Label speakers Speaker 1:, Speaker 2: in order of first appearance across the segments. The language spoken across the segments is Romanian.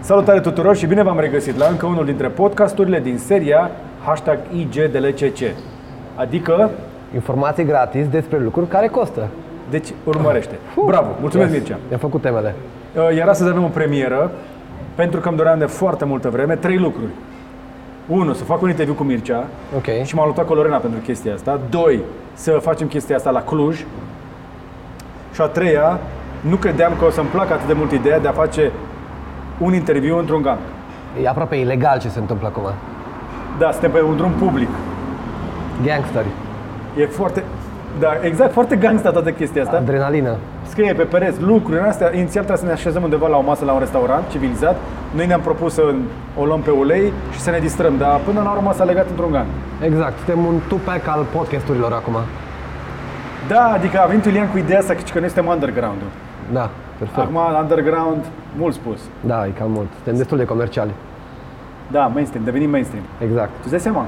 Speaker 1: Salutare tuturor și bine v-am regăsit la încă unul dintre podcasturile din seria hashtag IGDLCC, adică,
Speaker 2: Informații gratis despre lucruri care costă.
Speaker 1: deci urmărește. Bravo, mulțumesc
Speaker 2: Ah, Yes.
Speaker 1: Mircea.
Speaker 2: Ne-am făcut temele.
Speaker 1: Uh, Iar astăzi avem o premieră, pentru că îmi doream de foarte multă vreme trei lucruri. 1. Să fac un interviu cu Mircea
Speaker 2: Ok.
Speaker 1: și m-a luptat cu Lorena pentru chestia asta. 2. Să facem chestia asta la Cluj. Și a treia, nu credeam că o să-mi placă atât de mult ideea de a face un interviu într-un gang.
Speaker 2: E aproape ilegal ce se întâmplă acum.
Speaker 1: Da, suntem pe un drum public.
Speaker 2: Gangster.
Speaker 1: E foarte... Da, exact, foarte gangsta toată chestia asta.
Speaker 2: Adrenalină.
Speaker 1: Scrie pe pereți lucruri în astea. Inițial trebuie să ne așezăm undeva la o masă, la un restaurant civilizat. Noi ne-am propus să o luăm pe ulei și să ne distrăm, dar până la urmă s-a legat într-un gang.
Speaker 2: Exact. Suntem un two-pack al podcasturilor acum.
Speaker 1: Da, adică a venit Iulian cu ideea asta că că noi suntem underground
Speaker 2: Da, perfect.
Speaker 1: Acum underground, mult spus.
Speaker 2: Da, e cam mult. Suntem destul de comerciali.
Speaker 1: Da, mainstream, devenim mainstream.
Speaker 2: Exact.
Speaker 1: Tu dai seama?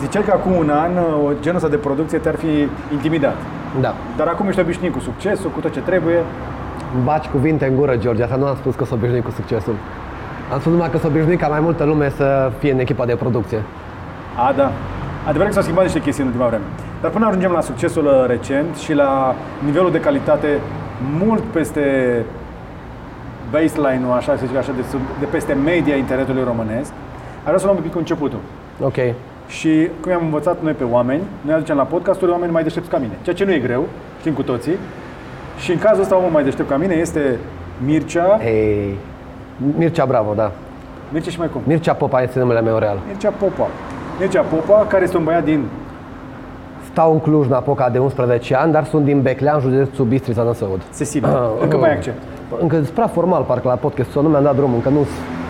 Speaker 1: Ziceai că acum un an o genul ăsta de producție te-ar fi intimidat.
Speaker 2: Da.
Speaker 1: Dar acum ești obișnuit cu succesul, cu tot ce trebuie.
Speaker 2: Îmi Baci cuvinte în gură, George. Asta nu am spus că s-o obișnuit cu succesul. Am spus numai că s-o obișnuit ca mai multă lume să fie în echipa de producție.
Speaker 1: A, da. Adevărat că s-au schimbat niște chestii în ultima vreme. Dar până ajungem la succesul uh, recent și la nivelul de calitate mult peste baseline-ul, așa să zic așa, de, sub, de peste media internetului românesc, aș vrea să luăm un pic cu începutul.
Speaker 2: Ok.
Speaker 1: Și cum am învățat noi pe oameni, noi aducem la podcasturi oameni mai deștepți ca mine, ceea ce nu e greu, știm cu toții. Și în cazul ăsta omul mai deștept ca mine este Mircea,
Speaker 2: Ei. Mircea Bravo, da.
Speaker 1: Mircea și mai cum?
Speaker 2: Mircea Popa este numele meu real.
Speaker 1: Mircea Popa. Mircea Popa, care este un băiat din
Speaker 2: Stau în Cluj-Napoca de 11 ani, dar sunt din Beclean, județul Bistrița Năsăud.
Speaker 1: Sesibil. Ah,
Speaker 2: Ah,
Speaker 1: Încă
Speaker 2: oh.
Speaker 1: mai ai accent.
Speaker 2: Încă sunt prea formal, parcă la podcast, sau nu mi-am dat drumul, încă nu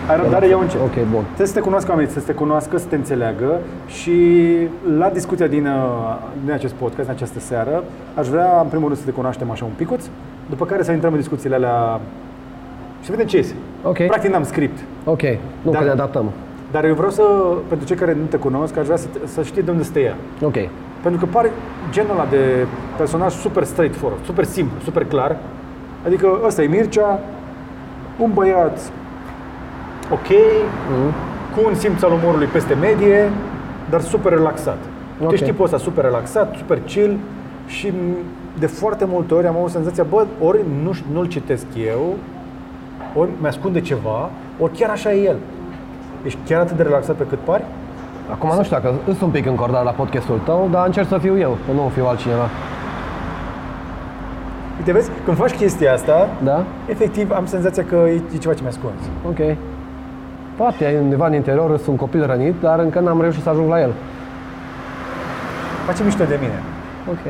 Speaker 1: Ai răbdare, eu încep.
Speaker 2: Ok, bun.
Speaker 1: Trebuie să te cunoască oamenii, să te cunoască, să te înțeleagă și la discuția din, uh, din acest podcast, în această seară, aș vrea în primul rând să te cunoaștem așa un picuț, după care să intrăm în discuțiile alea și să vedem ce iese.
Speaker 2: Ok.
Speaker 1: Practic n-am script,
Speaker 2: Ok, nu,
Speaker 1: Da.
Speaker 2: că ne adaptăm.
Speaker 1: dar eu vreau să, pentru cei care nu te cunosc, aș vrea să, să știi de unde stă ea.
Speaker 2: Ok,
Speaker 1: Pentru că pare genul ăla de personaj super straightforward, super simplu, super clar. Adică ăsta e Mircea, un băiat ok, cu un simț al umorului peste medie, dar super relaxat. Okay.
Speaker 2: Ok.
Speaker 1: Deci tipul ăsta super relaxat, super chill și m, de foarte multe ori am avut senzația, bă, ori nu, ș- nu-l citesc eu, ori mi-ascunde ceva, ori chiar așa e el. Ești chiar atât de relaxat pe cât pari?
Speaker 2: acum nu știu dacă sunt un pic încordat la podcastul tău, dar încerc să fiu eu, să nu fiu altcineva.
Speaker 1: Uite, vezi, când faci chestia asta,
Speaker 2: Da?
Speaker 1: Efectiv, am senzația că e, e ceva ce mi-a ascuns.
Speaker 2: Ok. Poate undeva în interior sunt copil rănit, dar încă n-am reușit să ajung la el.
Speaker 1: Face mișto de mine.
Speaker 2: Ok.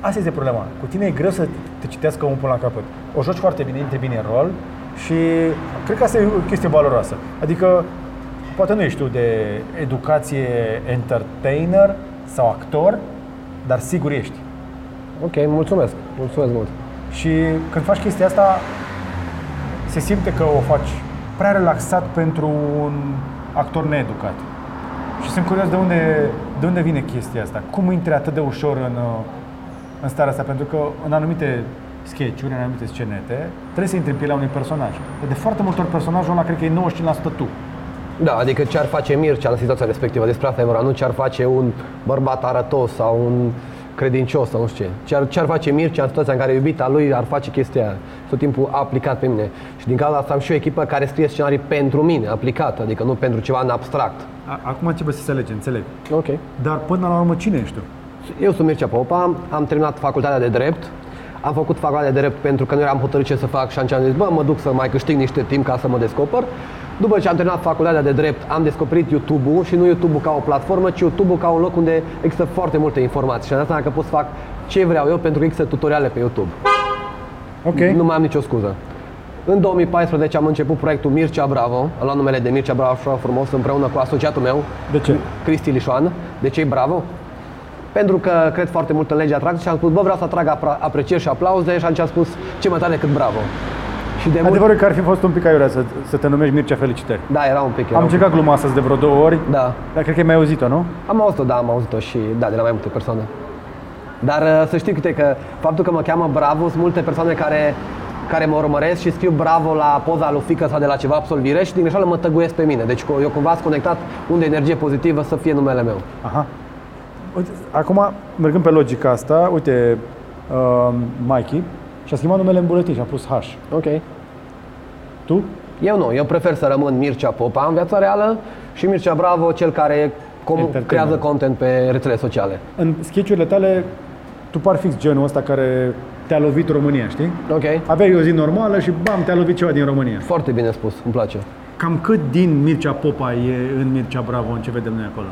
Speaker 1: Asta este problema. Cu tine e greu să te citească omul până la capăt. O joci foarte bine, intri bine în rol și cred că asta e o chestie valoroasă. Adică, poate nu ești tu de educație entertainer sau actor, dar sigur ești.
Speaker 2: Ok, mulțumesc. Mulțumesc mult.
Speaker 1: Și când faci chestia asta, se simte că o faci prea relaxat pentru un actor needucat. Și sunt curios de unde, de unde vine chestia asta. Cum intri atât de ușor în, uh, în starea asta? Pentru că în anumite sketch-uri, în anumite scenete, trebuie să intri în pielea unui personaj. De foarte multe ori personajul ăla cred că e 95% tu.
Speaker 2: Da, adică ce ar face Mircea în situația respectivă, despre asta e vorba, nu ce ar face un bărbat arătos sau un credincios sau nu știu ce. Ce ar, ce ar face Mircea în situația în care iubita lui ar face chestia aia. Tot timpul aplicat pe mine. Și din cauza asta am și o echipă care scrie scenarii pentru mine, aplicat, adică nu pentru ceva în abstract.
Speaker 1: A- Acum începe să se lege, înțeleg.
Speaker 2: Ok.
Speaker 1: Dar până la urmă, cine ești tu?
Speaker 2: Eu sunt Mircea Popa, am terminat facultatea de drept, am făcut facultatea de drept pentru că nu eram hotărât ce să fac și am zis, bă, mă duc să mai câștig niște timp ca să mă descoper. După ce am terminat facultatea de drept, am descoperit YouTube-ul și nu YouTube-ul ca o platformă, ci YouTube-ul ca un loc unde există foarte multe informații și am dat seama că pot să fac ce vreau eu pentru că există tutoriale pe YouTube.
Speaker 1: Ok.
Speaker 2: Nu mai am nicio scuză. În 2014 am început proiectul Mircea Bravo, am luat numele de Mircea Bravo așa frumos împreună cu asociatul meu,
Speaker 1: De ce?
Speaker 2: Cristi Lișoan. De ce e bravo? Pentru că cred foarte mult în legea atracției și am spus, bă, vreau să atrag apra- aprecieri și aplauze și atunci am spus, ce mai tare cât bravo. Și de mult...
Speaker 1: Adevărul e că ar fi fost un pic aiurea să, să te numești Mircea Felicitări.
Speaker 2: Da, era un pic. Era
Speaker 1: Am
Speaker 2: un pic.
Speaker 1: încercat gluma astăzi de vreo două ori,
Speaker 2: Da.
Speaker 1: dar cred că ai mai auzit-o, nu?
Speaker 2: Am auzit-o, da, am auzit-o și, da, de la mai multe persoane. Dar uh, să știi, uite, că faptul că mă cheamă Bravo, sunt multe persoane care care mă urmăresc și scriu bravo la poza lui fică sau de la ceva absolvire și din greșeală mă tăguiesc pe mine. Deci eu cumva sunt conectat unde e energie pozitivă să fie numele meu.
Speaker 1: Aha. Uite, Acum, mergând pe logica asta, uite, uh, Mikey și-a schimbat numele în buletin și a pus H.
Speaker 2: Ok.
Speaker 1: Tu?
Speaker 2: Eu nu, eu prefer să rămân Mircea Popa în viața reală și Mircea Bravo, cel care com-
Speaker 1: Entertainer.
Speaker 2: creează content pe rețele sociale.
Speaker 1: În sketchurile tale, tu par fix genul ăsta care te-a lovit România, știi?
Speaker 2: Ok?
Speaker 1: Aveai o zi normală și bam, te-a lovit ceva din România.
Speaker 2: Foarte bine spus, îmi place.
Speaker 1: Cam cât din Mircea Popa e în Mircea Bravo, în ce vedem noi acolo?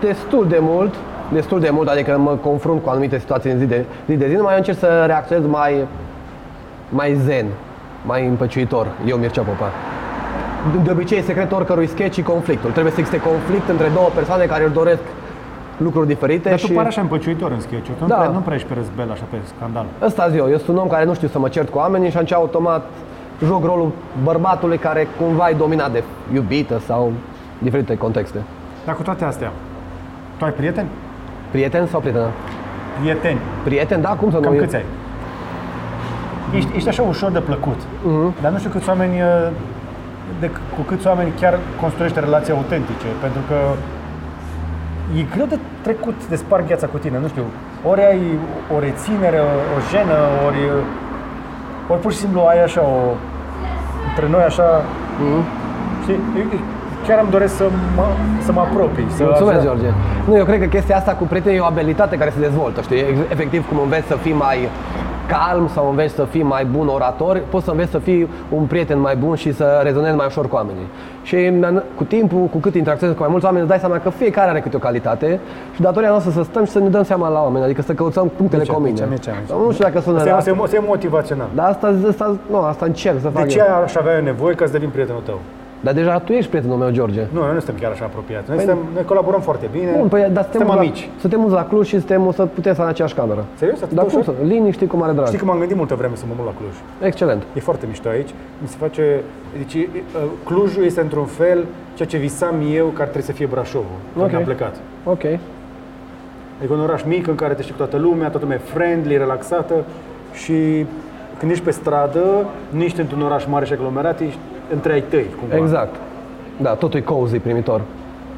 Speaker 2: Destul de mult, destul de mult, adică mă confrunt cu anumite situații în zi de zi, de zi numai eu încerc să reacționez mai, mai zen, mai împăciuitor, eu Mircea Popa. De- De obicei, secretul oricărui sketch e conflictul. Trebuie să existe conflict între două persoane care își doresc lucruri diferite
Speaker 1: Dar
Speaker 2: și...
Speaker 1: tu pari așa împăciuitor în sketch tu
Speaker 2: Da.
Speaker 1: nu, prea, nu prea ești pe răzbel, așa, pe scandal.
Speaker 2: Ăsta zic eu, eu sunt un om care nu știu să mă cert cu oamenii și atunci automat joc rolul bărbatului care cumva e dominat de iubită sau diferite contexte.
Speaker 1: Dar cu toate astea, tu ai prieteni?
Speaker 2: Prieten sau prietenă?
Speaker 1: Prieteni.
Speaker 2: Prieten, da, cum să nu?
Speaker 1: Cam
Speaker 2: Eu-
Speaker 1: câți ai? Ești, ești așa ușor de plăcut,
Speaker 2: Mhm.
Speaker 1: dar nu știu câți oameni, uh, de, c- cu câți oameni chiar construiește relații autentice, pentru că e greu de trecut, de spar gheața cu tine, nu știu, ori ai o reținere, o jenă, ori, ori pur și simplu ai așa o, între noi așa,
Speaker 2: Mhm.
Speaker 1: știi, eu, eu chiar îmi doresc să mă, să mă apropii. Să
Speaker 2: Mulțumesc,
Speaker 1: așa-
Speaker 2: George. Nu, eu cred că chestia asta cu prietenii e o abilitate care se dezvoltă, știi? Ex- Efectiv, cum înveți să fii mai calm sau înveți să fii mai bun orator, poți să înveți să fii un prieten mai bun și să rezonezi mai ușor cu oamenii. Și în- cu timpul, cu cât interacționezi cu mai mulți oameni, îți dai seama că fiecare are câte o calitate și datoria noastră să stăm și să ne dăm seama la oameni, adică să căutăm punctele
Speaker 1: Mircea,
Speaker 2: comune.
Speaker 1: Mircea, Mircea, Mircea.
Speaker 2: Nu știu dacă sună
Speaker 1: Deci, Asta e-
Speaker 2: la...
Speaker 1: asta e mo- asta e motivațional.
Speaker 2: Dar asta, asta, nu, asta încerc să fac
Speaker 1: De ce
Speaker 2: eu.
Speaker 1: aș avea eu nevoie ca să devin prietenul tău?
Speaker 2: Dar deja tu ești prietenul meu, George.
Speaker 1: Nu, noi nu suntem chiar așa apropiați. Noi, suntem, noi colaborăm foarte bine.
Speaker 2: Păi- Bun, păi, dar
Speaker 1: suntem
Speaker 2: la-
Speaker 1: amici.
Speaker 2: Suntem la Cluj și suntem, o să putem sta în aceeași cameră.
Speaker 1: Serios? Atât
Speaker 2: Dar
Speaker 1: de
Speaker 2: cum să?
Speaker 1: ușor?
Speaker 2: Liniștit cu mare drag.
Speaker 1: Știi că m-am gândit multă vreme să mă mut la Cluj.
Speaker 2: Excelent.
Speaker 1: E foarte mișto aici. Mi se face... Deci, e- e- Clujul este într-un fel ceea ce visam eu că ar trebui să fie Brașovul okay.
Speaker 2: Ok.
Speaker 1: când am plecat.
Speaker 2: Ok.
Speaker 1: Adică un oraș mic în care te știi cu toată lumea, toată lumea e friendly, relaxată și când ești pe stradă, nu ești într-un oraș mare și aglomerat, ești între ai tăi, cumva.
Speaker 2: Exact. Da, totul e cozy primitor.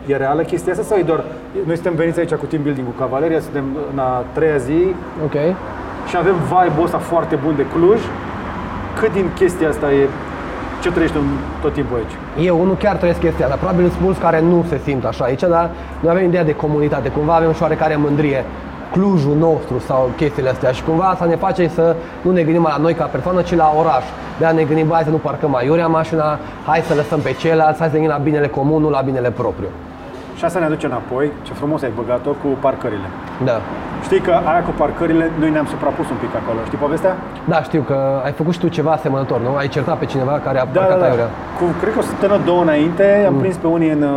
Speaker 1: E reală chestia asta sau e doar... Noi suntem veniți aici cu team building cu Cavaleria, suntem în a treia zi,
Speaker 2: Ok.
Speaker 1: și avem vibe-ul ăsta foarte bun de Cluj, cât din chestia asta e ce trăiești în tot timpul aici?
Speaker 2: Eu unul chiar trăiesc chestia asta. Probabil sunt mulți care nu se simt așa aici, dar noi avem ideea de comunitate. Cumva avem și oarecare mândrie Clujul nostru sau chestiile astea și cumva asta ne face să nu ne gândim la noi ca persoană, ci la oraș. De ne gândim, hai să nu parcăm aiurea mașina, hai să lăsăm pe ceilalți, hai să ne gândim la binele comun, nu la binele propriu.
Speaker 1: Și asta ne aduce înapoi, ce frumos ai băgat-o cu parcările.
Speaker 2: Da.
Speaker 1: Știi că aia cu parcările, noi ne-am suprapus un pic acolo, știi povestea?
Speaker 2: Da, știu că ai făcut și tu ceva asemănător, nu? Ai certat pe cineva care
Speaker 1: Da,
Speaker 2: a parcat aiurea.
Speaker 1: Cu, cred că o săptămână, două înainte, am prins pe unii în, uh,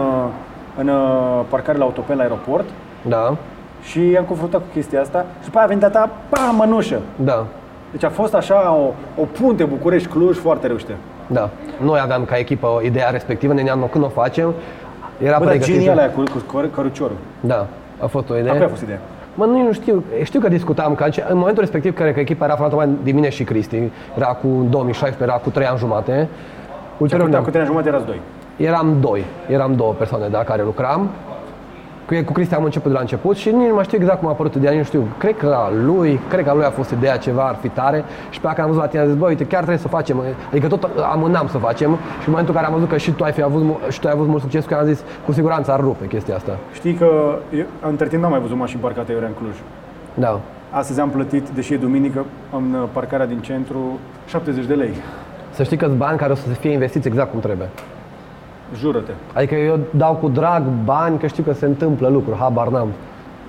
Speaker 1: în uh, parcare la autopen la aeroport
Speaker 2: Da,
Speaker 1: și am confruntat cu chestia asta și după aia a venit data, pam, mănușă.
Speaker 2: da,
Speaker 1: Deci a fost așa o, o punte București-Cluj foarte reușită.
Speaker 2: da. Noi aveam ca echipă ideea respectivă, ne ne-am când o facem. Era
Speaker 1: Bă, dar
Speaker 2: pregătită.
Speaker 1: genială aia cu, cu, cu căruciorul.
Speaker 2: Da, a fost o idee.
Speaker 1: Aia a fost ideea.
Speaker 2: Mă, nu, nu știu, știu că discutam, că ace- în momentul respectiv, cred că echipa era formată mai din mine și Cristi, era cu în 2016, era cu 3 ani jumate. Ulterior,
Speaker 1: Dar
Speaker 2: ne-am-
Speaker 1: cu tine jumătate erați doi.
Speaker 2: eram doi, eram două persoane, da, care lucram. Cu, cu Cristi am început de la început și nici nu mai știu exact cum a apărut ideea, nici nu știu. Cred că la lui, cred că la lui a fost ideea ceva, ar fi tare și pe aia când am văzut la tine, am zis, bă, uite, chiar trebuie să facem. Adică tot amânam să facem și în momentul în care am văzut că și tu ai, fi avut, mu- și tu ai avut mult succes, că am zis, cu siguranță ar rupe chestia asta.
Speaker 1: Știi că eu, între timp n-am mai văzut mașini parcate eu în Cluj.
Speaker 2: Da.
Speaker 1: Astăzi am plătit, deși e duminică, în uh, parcarea din centru 70 de lei.
Speaker 2: Să știi că bani care o să fie investiți exact cum trebuie.
Speaker 1: Jură-te.
Speaker 2: Adică eu dau cu drag bani, că știu că se întâmplă lucruri, habar n-am.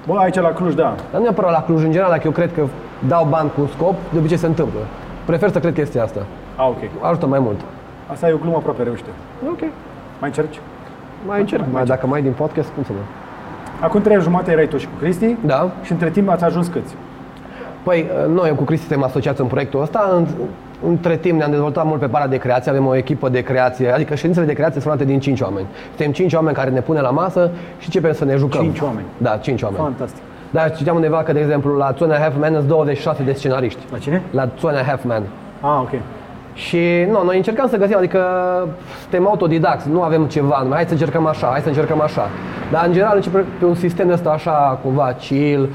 Speaker 1: Bă, aici la Cluj, da.
Speaker 2: Dar nu neapărat la Cluj, în general, dacă eu cred că dau bani cu un scop, de obicei se întâmplă. Prefer să cred chestia asta.
Speaker 1: A, ok.
Speaker 2: Ajută mai mult.
Speaker 1: Asta e o glumă aproape reușită.
Speaker 2: Ok.
Speaker 1: Mai încerci?
Speaker 2: Mai încerc. Mai, dacă mai ai din podcast, cum să mă?
Speaker 1: Acum trei ani jumate erai tu și cu Cristi
Speaker 2: Da.
Speaker 1: și între timp ați ajuns câți?
Speaker 2: Păi, noi cu Cristi suntem asociați în proiectul ăsta. În, între timp ne-am dezvoltat mult pe partea de creație, avem o echipă de creație, adică ședințele de creație sunt formate din 5 oameni. Suntem 5 oameni care ne punem la masă și începem să ne jucăm.
Speaker 1: Cinci oameni.
Speaker 2: Da, 5 oameni.
Speaker 1: Fantastic.
Speaker 2: Dar citeam undeva că, de exemplu, la Two and a Half Men sunt 26 de scenariști.
Speaker 1: La cine?
Speaker 2: La Two and a Half Men.
Speaker 1: Ah, ok.
Speaker 2: Și nu, noi încercam să găsim, adică suntem autodidacți, nu avem ceva, numai hai să încercăm așa, hai să încercăm așa. Dar în general începem pe un sistem de ăsta așa, cumva chill,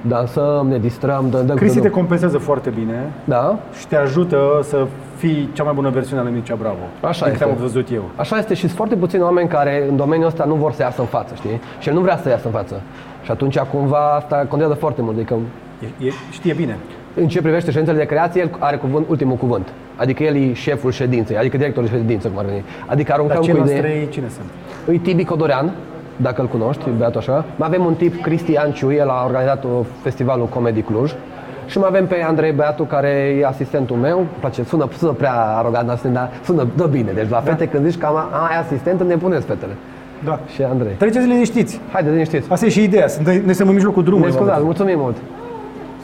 Speaker 2: dansăm, ne distrăm, dăm, dăm,
Speaker 1: Cristi te
Speaker 2: dăm.
Speaker 1: compensează foarte bine
Speaker 2: Da?
Speaker 1: și te ajută să fii cea mai bună versiune ale Mircea Bravo.
Speaker 2: Așa
Speaker 1: Din
Speaker 2: este.
Speaker 1: câte am văzut eu.
Speaker 2: Așa este și sunt foarte puțini oameni care în domeniul ăsta nu vor să iasă în față, știi? Și el nu vrea să iasă în față. Și atunci cumva asta contează foarte mult, adică
Speaker 1: E, e, știe bine.
Speaker 2: în ce privește ședințele de creație, el are cuvânt, ultimul cuvânt. Adică el e șeful ședinței, adică directorul ședinței, cum ar veni. Adică
Speaker 1: Dar
Speaker 2: aruncăm cu
Speaker 1: ceilalți
Speaker 2: idei.
Speaker 1: trei cine sunt?
Speaker 2: Îi Tibi Codorean, dacă îl cunoști, băiatul așa. Mai avem un tip, Cristian Ciu, el a organizat uh, festivalul Comedy Cluj. Și mai avem pe Andrei Băiatu, care e asistentul meu. Îmi place, sună, sună prea arogant, asistent, dar sună, dă bine. Deci la fete, când zici că am, ai asistent, ne puneți fetele.
Speaker 1: Da.
Speaker 2: Și Andrei.
Speaker 1: Treceți liniștiți.
Speaker 2: Haide, liniștiți.
Speaker 1: Asta e și ideea. Sunt- Noi suntem în mijlocul
Speaker 2: Ne
Speaker 1: drumului.
Speaker 2: scuzați, mulțumim mult.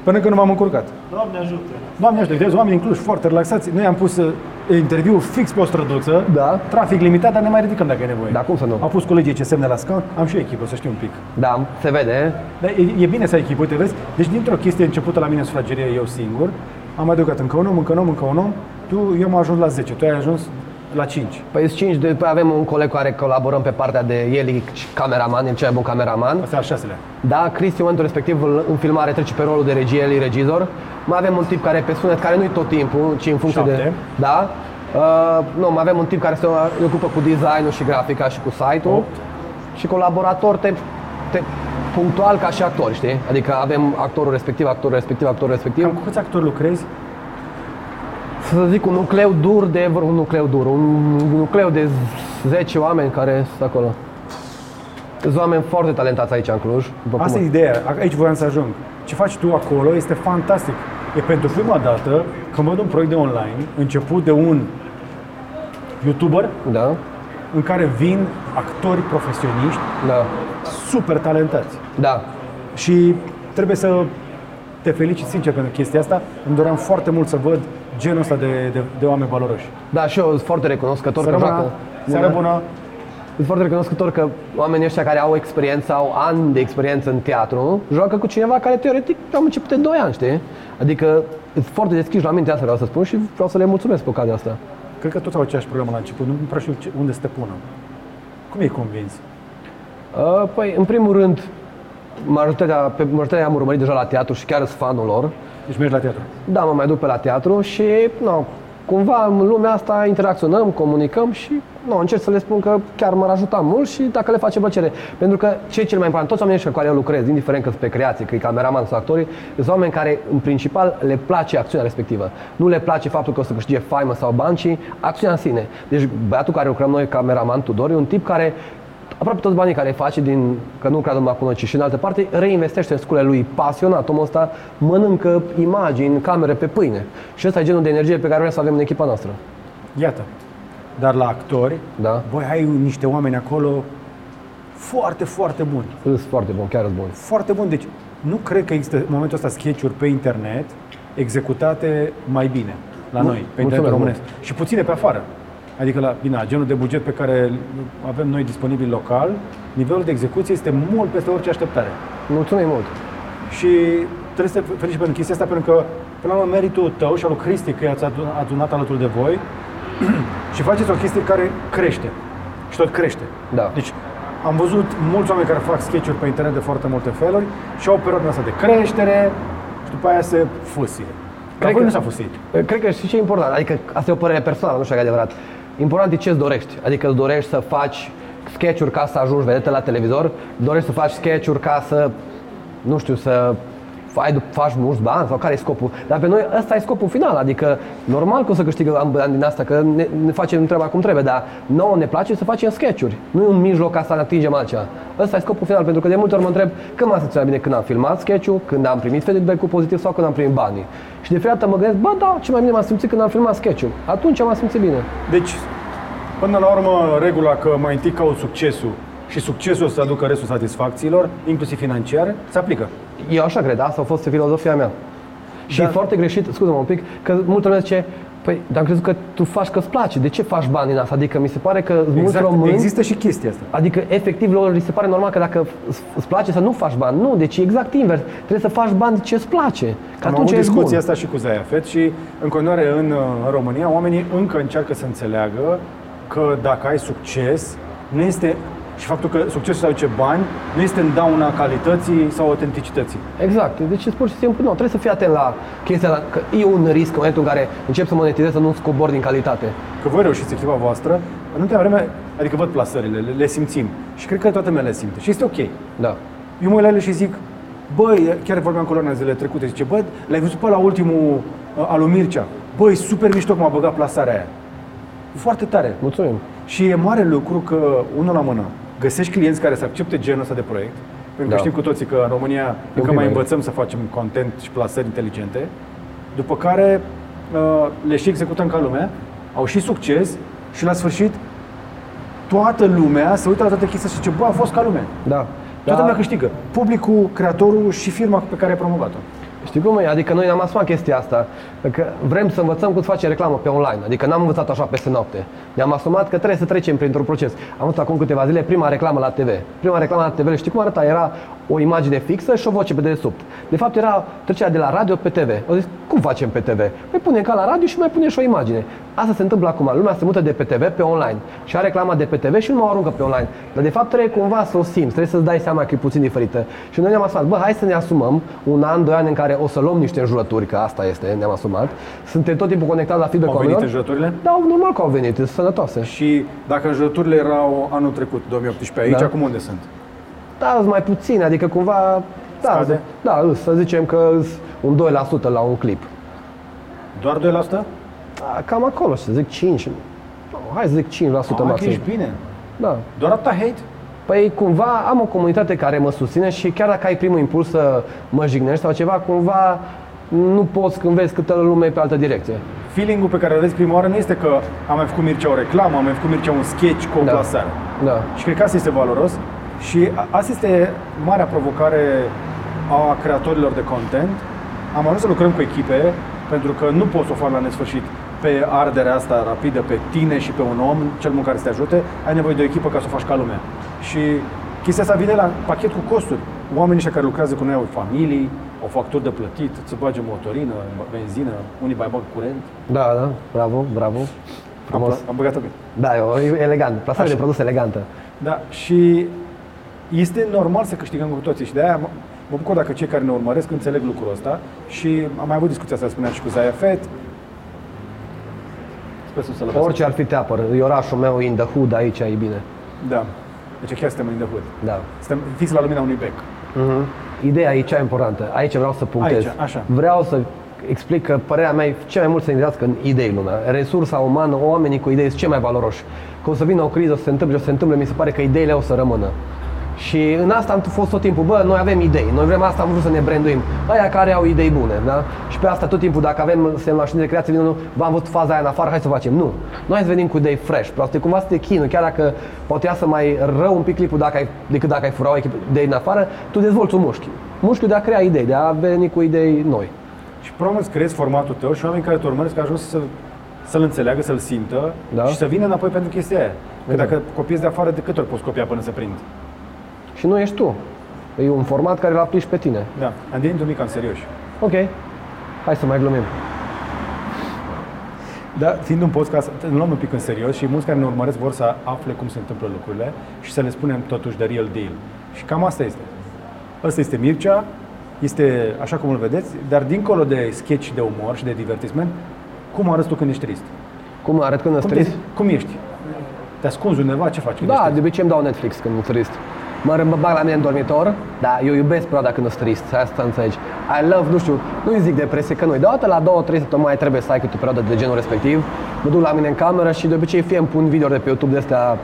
Speaker 1: Până când nu m-am încurcat.
Speaker 3: Doamne ajută!
Speaker 1: Doamne ajută, vedeți, oamenii în Cluj foarte relaxați. Noi am pus uh, interviu fix pe o străduță.
Speaker 2: Da.
Speaker 1: Trafic limitat, dar ne mai ridicăm dacă e nevoie.
Speaker 2: Dar cum să nu?
Speaker 1: Au pus colegii ce semne la scaun. Am și eu echipă, să știu un pic.
Speaker 2: Da, se vede.
Speaker 1: Dar e, e bine să ai echipă, uite, vezi? Deci dintr-o chestie începută la mine în sufragerie eu singur, am adăugat încă un om, încă un om, încă un om. Tu, eu am ajuns la 10, tu ai ajuns la 5.
Speaker 2: Păi sunt cinci, după avem un coleg cu care colaborăm pe partea de el, e cameraman, el cel mai bun cameraman.
Speaker 1: Asta e al șaselea.
Speaker 2: Da, Cristi în momentul respectiv îl- în filmare trece pe rolul de regie, el e regizor. Mai avem un tip care e pe sunet, care nu-i tot timpul, ci în funcție de...
Speaker 1: Șapte.
Speaker 2: Da. Uh, nu, mai avem un tip care se ocupă cu designul și grafica și cu site-ul.
Speaker 1: Opt.
Speaker 2: Și colaborator te, te, punctual ca și actor, știi? Adică avem actorul respectiv, actorul respectiv, actorul respectiv.
Speaker 1: Cam cu câți actori lucrezi?
Speaker 2: Să zic un nucleu dur de vreo- un nucleu dur, un nucleu de 10 oameni care sunt acolo. Sunt oameni foarte talentați aici în Cluj. după cum
Speaker 1: Asta e ideea, A- aici voiam să ajung. Ce faci tu acolo este fantastic. E pentru prima dată când văd un proiect de online început de un YouTuber
Speaker 2: Da,
Speaker 1: în care vin actori profesioniști
Speaker 2: da,
Speaker 1: super talentați.
Speaker 2: da.
Speaker 1: Și trebuie să te felicit sincer pentru chestia asta. Îmi doream foarte mult să văd genul ăsta de, de, de oameni valoroși.
Speaker 2: Da, și eu sunt foarte recunoscător
Speaker 1: Seară
Speaker 2: că
Speaker 1: bună!
Speaker 2: joacă.
Speaker 1: Seară bună!
Speaker 2: Sunt foarte recunoscător că oamenii ăștia care au experiență, au ani de experiență în teatru, joacă cu cineva care teoretic am început de 2 ani, știi? Adică sunt foarte deschiși la mintea asta, vreau să spun, și vreau să le mulțumesc pe ocazia asta.
Speaker 1: Cred că toți au aceeași problemă la început, nu prea știu ce- unde să te pună. Cum e convins?
Speaker 2: Uh, Păi, în primul rând, majoritatea, pe majoritatea am urmărit deja la teatru și chiar sunt fanul lor.
Speaker 1: Deci mergi la teatru.
Speaker 2: Da, mă mai duc pe la teatru și, nu, cumva în lumea asta interacționăm, comunicăm și, nu, încerc să le spun că chiar m-ar ajuta mult și dacă le face plăcere. Pentru că ce e cel mai important, toți oamenii ăștia cu care eu lucrez, indiferent că sunt pe creație, că e cameraman sau actorii, sunt oameni care, în principal, le place acțiunea respectivă. Nu le place faptul că o să câștige faimă sau bani, ci acțiunea în sine. Deci, băiatul care lucrăm noi, cameraman Tudor, e un tip care aproape toți banii care îi face din, că nu cred numai cu noi, ci și în altă parte, reinvestește în sculele lui pasionat. Omul ăsta mănâncă imagini, camere pe pâine. Și ăsta e genul de energie pe care vrea să o avem în echipa noastră.
Speaker 1: Iată. Dar la actori,
Speaker 2: Da?
Speaker 1: Băi, ai niște oameni acolo foarte, foarte buni.
Speaker 2: Sunt foarte bun, chiar sunt bun.
Speaker 1: Foarte buni. Deci nu cred că există în momentul ăsta sketch-uri pe internet executate mai bine la
Speaker 2: Mul-
Speaker 1: noi, pe internetul
Speaker 2: mulțumesc
Speaker 1: românesc. Și puține pe afară. Adică la bine, la genul de buget pe care îl avem noi disponibil local, nivelul de execuție este mult peste orice așteptare.
Speaker 2: Mulțumim mult.
Speaker 1: Și trebuie să te felicit pentru chestia asta, pentru că, până la urmă, meritul tău și al lui Cristi, că i-ați adun- adunat alături de voi și faceți o chestie care crește. Și tot crește.
Speaker 2: Da.
Speaker 1: Deci, am văzut mulți oameni care fac sketch-uri pe internet de foarte multe feluri și au o perioadă asta de creștere și după aia se fusie. Dar
Speaker 2: Cred
Speaker 1: voi
Speaker 2: că-
Speaker 1: nu s-a fusit.
Speaker 2: Cred că și ce e important, adică asta e o părere personală, nu știu dacă e adevărat. Important e ce-ți dorești, adică îți dorești să faci sketch-uri ca să ajungi vedetă la televizor, dorești să faci sketch-uri ca să, nu știu, să ai, faci mulți bani sau care e scopul. Dar pe noi ăsta e scopul final, adică normal că o să câștigăm bani din asta, că ne, ne facem treaba cum trebuie, dar nouă ne place să facem sketch-uri. Nu e un mijloc ca să atingem altceva. Ăsta e scopul final, pentru că de multe ori mă întreb când m-a senzaționat bine când am filmat sketch-ul, când am primit feedback-ul pozitiv sau când am primit banii. Și de fiecare dată mă gândesc, bă, da, ce mai bine m-am simțit când am filmat sketch-ul. Atunci m-am simțit bine.
Speaker 1: Deci, până la urmă, regula că mai întâi caut succesul și succesul o să aducă restul satisfacțiilor, inclusiv financiare, se aplică.
Speaker 2: Eu așa cred, asta a fost filozofia mea. Și
Speaker 1: Da.
Speaker 2: e foarte greșit, scuze-mă un pic, că multă lume zice, Păi, dar am crezut că tu faci că îți place. De ce faci bani în asta? Adică mi se pare că exact. mulți români...
Speaker 1: Există și chestia asta.
Speaker 2: Adică, efectiv, lor li se pare normal că dacă îți- îți place să nu faci bani. Nu, deci e exact invers. Trebuie să faci bani de ce îți place. Că
Speaker 1: Am
Speaker 2: atunci
Speaker 1: avut
Speaker 2: ești
Speaker 1: discuția
Speaker 2: bun.
Speaker 1: asta și cu Zaia Fet și în continuare în, uh, în România oamenii încă încearcă să înțeleagă că dacă ai succes, nu este și faptul că succesul aduce bani nu este în dauna calității sau autenticității.
Speaker 2: Exact. Deci, pur și simplu, nu, trebuie să fii atent la chestia asta, că e un risc în momentul în care începi să monetizezi să nu scobori din calitate.
Speaker 1: Că voi reușiți echipa voastră, în întreaga vreme, adică văd plasările, le, le simțim și cred că toată lumea le simte și este ok.
Speaker 2: Da.
Speaker 1: Eu mă uit la ele și zic, băi, chiar vorbeam cu Lorna zilele trecute, zice, bă, l-ai văzut pe la ultimul uh, alu Mircea? Băi, super mișto cum a băgat plasarea aia. Foarte tare.
Speaker 2: Mulțumim.
Speaker 1: Și e mare lucru că, unul la mână, găsești clienți care să accepte genul ăsta de proiect, pentru că
Speaker 2: Da.
Speaker 1: știm cu toții că în România încă
Speaker 2: bine.
Speaker 1: mai învățăm să facem content și plasări inteligente, după care uh, le și executăm ca lumea, au și succes și la sfârșit toată lumea se uită la toate chestia și zice, bă, a fost ca lumea.
Speaker 2: Da.
Speaker 1: Toată
Speaker 2: Dar-
Speaker 1: lumea câștigă. Publicul, creatorul și firma pe care ai promovat-o.
Speaker 2: Știi cum e? Adică noi ne-am asumat chestia asta, că vrem să învățăm cum să facem reclamă pe online, adică n-am învățat așa peste noapte. Ne-am asumat că trebuie să trecem printr-un proces. Am văzut acum câteva zile prima reclamă la TV. Prima reclamă la TV, știi cum arăta? Era o imagine fixă și o voce pe dedesubt. De fapt era trecerea de la radio pe TV. Au zis, cum facem pe TV? Păi punem ca la radio și mai punem și o imagine. Asta se întâmplă acum. Lumea se mută de pe TV pe online și are reclama de pe TV și nu mă aruncă pe online. Dar de fapt trebuie cumva să o simți, trebuie să-ți dai seama că e puțin diferită. Și noi ne-am asumat, bă, hai să ne asumăm un an, doi ani în care o să luăm niște înjurături, că asta este, ne-am asumat. Suntem tot timpul conectați la feedback
Speaker 1: Au venit înjurăturile?
Speaker 2: Da, normal că au venit, sunt sănătoase.
Speaker 1: Și dacă înjurăturile erau anul trecut, 2018, aici,
Speaker 2: Da.
Speaker 1: acum unde sunt?
Speaker 2: Da, sunt mai puțin, adică cumva... Da,
Speaker 1: Scade?
Speaker 2: da, îs, să zicem că îs un 2% la un clip.
Speaker 1: Doar 2%?
Speaker 2: Da, cam acolo, să zic 5. Nu, Hai să zic 5%
Speaker 1: Mamă, că
Speaker 2: maxim.
Speaker 1: ești bine.
Speaker 2: Da.
Speaker 1: Doar atâta hate?
Speaker 2: Păi cumva am o comunitate care mă susține și chiar dacă ai primul impuls să mă jignești sau ceva, cumva nu poți când vezi câtă lume e pe altă direcție.
Speaker 1: Feeling-ul pe care îl vezi prima oară nu este că am mai făcut Mircea o reclamă, am mai făcut Mircea un sketch cu o
Speaker 2: Da.
Speaker 1: plasare.
Speaker 2: Da.
Speaker 1: Și cred că asta este valoros și a- asta este marea provocare a creatorilor de content. Am ajuns să lucrăm cu echipe pentru că nu poți să o faci la nesfârșit pe arderea asta rapidă, pe tine și pe un om, cel bun care să te ajute, ai nevoie de o echipă ca să o faci ca lumea. Și chestia asta vine la pachet cu costuri. Oamenii ăștia care lucrează cu noi au familii, au facturi de plătit, să bage motorină, benzină, unii mai bag curent.
Speaker 2: Da, da, bravo, bravo.
Speaker 1: Am,
Speaker 2: Frumos.
Speaker 1: am băgat-o bine.
Speaker 2: Da, e o- e elegant, plasare de produs elegantă.
Speaker 1: Da, și este normal să câștigăm cu toții și de aia mă, mă bucur dacă cei care ne urmăresc înțeleg lucrul ăsta și am mai avut discuția asta, spuneam și cu Zaia Fet. Sper să se lăvească.
Speaker 2: Orice ar fi te apăr, e orașul meu, in the hood, aici e bine.
Speaker 1: Da. Deci chiar suntem în the hood.
Speaker 2: Da.
Speaker 1: Suntem fix la lumina unui bec.
Speaker 2: Mhm. Ideea e cea importantă. Aici vreau să punctez.
Speaker 1: Aici, așa.
Speaker 2: Vreau să explic că părerea mea e cea mai mult să investească în idei lumea. Resursa umană, oamenii cu idei sunt cei mai valoroși. Că o să vină o criză, o să se întâmple, o să se întâmple, mi se pare că ideile o să rămână. Și în asta am fost tot timpul, bă, noi avem idei, noi vrem asta, am vrut să ne branduim. Aia care au idei bune, da? Și pe asta tot timpul, dacă avem, suntem la ședințe de creație, vină, v-am văzut faza aia în afară, hai să o facem. Nu. Noi să venim cu idei fresh, proaste, cumva să te chinui, chiar dacă poate ia să mai rău un pic clipul dacă ai, decât dacă ai fura o echipă de în afară, tu dezvolți un mușchi. Mușchiul de a crea idei, de a veni cu idei noi.
Speaker 1: Și probabil îți creezi formatul tău și oamenii care te urmăresc ajung să, să-l înțeleagă, să-l simtă
Speaker 2: Da.
Speaker 1: și să vină înapoi pentru chestia aia. Că
Speaker 2: Da.
Speaker 1: dacă copiezi de afară, de câte ori poți copia până să prind?
Speaker 2: Și nu ești tu. E un format care îl aplici pe tine.
Speaker 1: Da. Am devenit un mic, am serios.
Speaker 2: Ok, hai să mai glumim.
Speaker 1: Da, fiind un podcast, ne luăm un pic în serios și mulți care ne urmăresc vor să afle cum se întâmplă lucrurile și să le spunem totuși de real deal. Și cam asta este. Asta este Mircea, este așa cum îl vedeți, dar dincolo de sketch de umor și de divertisment, cum arăți tu când ești trist?
Speaker 2: Cum arăt când îți
Speaker 1: Cum, te,
Speaker 2: trist?
Speaker 1: cum ești? Te ascunzi undeva? Ce faci când
Speaker 2: Da,
Speaker 1: ești
Speaker 2: de obicei îmi dau Netflix când sunt trist. Mă rămbăbag la mine în dormitor, dar eu iubesc perioada când sunt trist, asta înțelegi. I love, nu știu, nu-i zic depresie, că nu-i, dar odată la două, trei săptămâni mai trebuie să ai câte o perioadă de genul respectiv. Mă duc la mine în cameră și de obicei fie îmi pun video de pe YouTube de astea,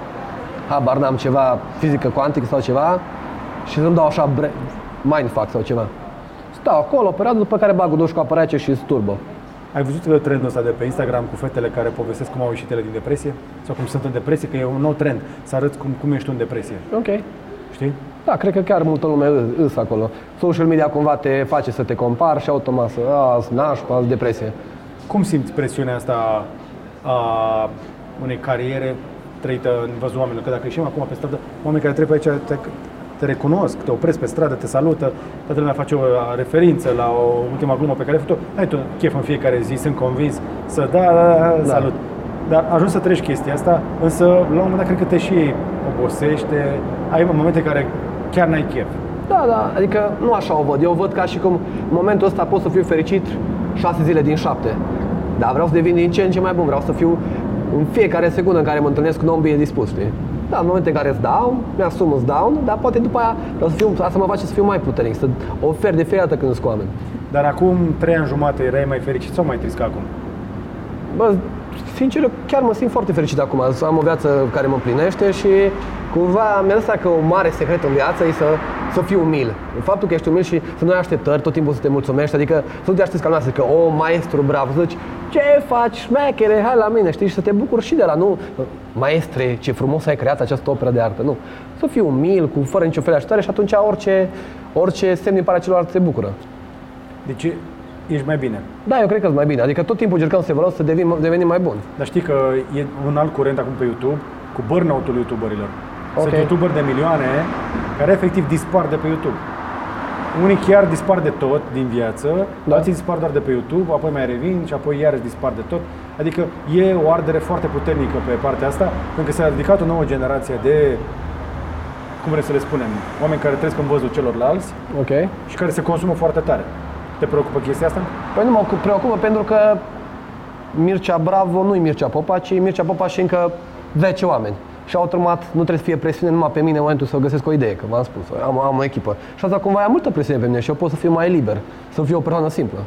Speaker 2: habar n-am ceva, fizică cuantică sau ceva, și îmi dau așa bre- mindfuck sau ceva. Stau acolo o perioadă după care bag o duș cu apă rece și turbo.
Speaker 1: trist? Ai văzut uh, trendul ăsta de pe Instagram cu fetele care povestesc cum au ieșit ele din depresie? Sau cum sunt în depresie? Că e un nou trend, să arăți cum, cum ești tu în depresie.
Speaker 2: Ok.
Speaker 1: Știi?
Speaker 2: Da, cred că chiar multă lume îs- îs acolo. Social media cumva te face să te compari și automat să, a, nașpa, depresie.
Speaker 1: Cum simți presiunea asta a unei cariere trăită în văzul oamenilor? Că dacă ieșim acum pe stradă, oamenii care trec pe aici te, te recunosc, te opresc pe stradă, te salută, toată lumea face o referință la o ultima glumă pe care ai făcut-o. Ai tu chef în fiecare zi, sunt convins să da, da, da, da. salut. Dar ajungi să treci chestia asta, însă la un moment dat cred că te și obosește, ai momente în care chiar n-ai chef.
Speaker 2: Da, da, adică nu așa o văd. Eu o văd ca și cum în momentul ăsta pot să fiu fericit șase zile din șapte. Dar vreau să devin din ce în ce mai bun, vreau să fiu în fiecare secundă în care mă întâlnesc cu un om bine dispus, știi? Da, în momente în care îți down, mi-asum îți down, dar poate după aia vreau să fiu, asta mă face să fiu mai puternic, să ofer de fiecare dată când sunt cu oameni.
Speaker 1: Dar acum, trei ani jumate, erai mai fericit sau mai trist ca acum?
Speaker 2: Bă, sincer, eu chiar mă simt foarte fericit acum. Am o viață care mă împlinește și cumva mi-a dat că un mare secret în viață e să, să fii umil. Faptul că ești umil și să nu ai așteptări, tot timpul să te mulțumești, adică să nu te aștepți ca noastră, că o, maestru, bravo, să zici, ce faci, șmechere, hai la mine, știi, și să te bucuri și de la, nu, maestre, ce frumos ai creat această operă de artă, nu. Să fii umil, cu fără niciun fel de așteptare și atunci orice, orice semn din partea celorlalți te bucură.
Speaker 1: Deci ești mai bine.
Speaker 2: Da, eu cred că e mai bine. Adică tot timpul încercăm să evoluăm, să devenim, devenim mai buni.
Speaker 1: Dar știi că e un alt curent acum pe YouTube cu burnout-ul youtuberilor. Okay. Sunt
Speaker 2: Ok.
Speaker 1: youtuberi de milioane care efectiv dispar de pe YouTube. Unii chiar dispar de tot din viață, da.
Speaker 2: Da.
Speaker 1: alții dispar doar de pe YouTube, apoi mai revin și apoi iarăși dispar de tot. Adică e o ardere foarte puternică pe partea asta, pentru că s-a ridicat o nouă generație de, cum vrem să le spunem, oameni care trăiesc în văzul celorlalți
Speaker 2: Ok.
Speaker 1: și care se consumă foarte tare. Te preocupă chestia asta?
Speaker 2: Păi nu mă ocup- preocupă pentru că Mircea Bravo nu e Mircea Popa, ci e Mircea Popa și încă 10 oameni. Și automat nu trebuie să fie presiune numai pe mine în momentul să găsesc o idee, că v-am spus, am, am o echipă. Și asta cumva e multă presiune pe mine și eu pot să fiu mai liber, să fiu o persoană simplă.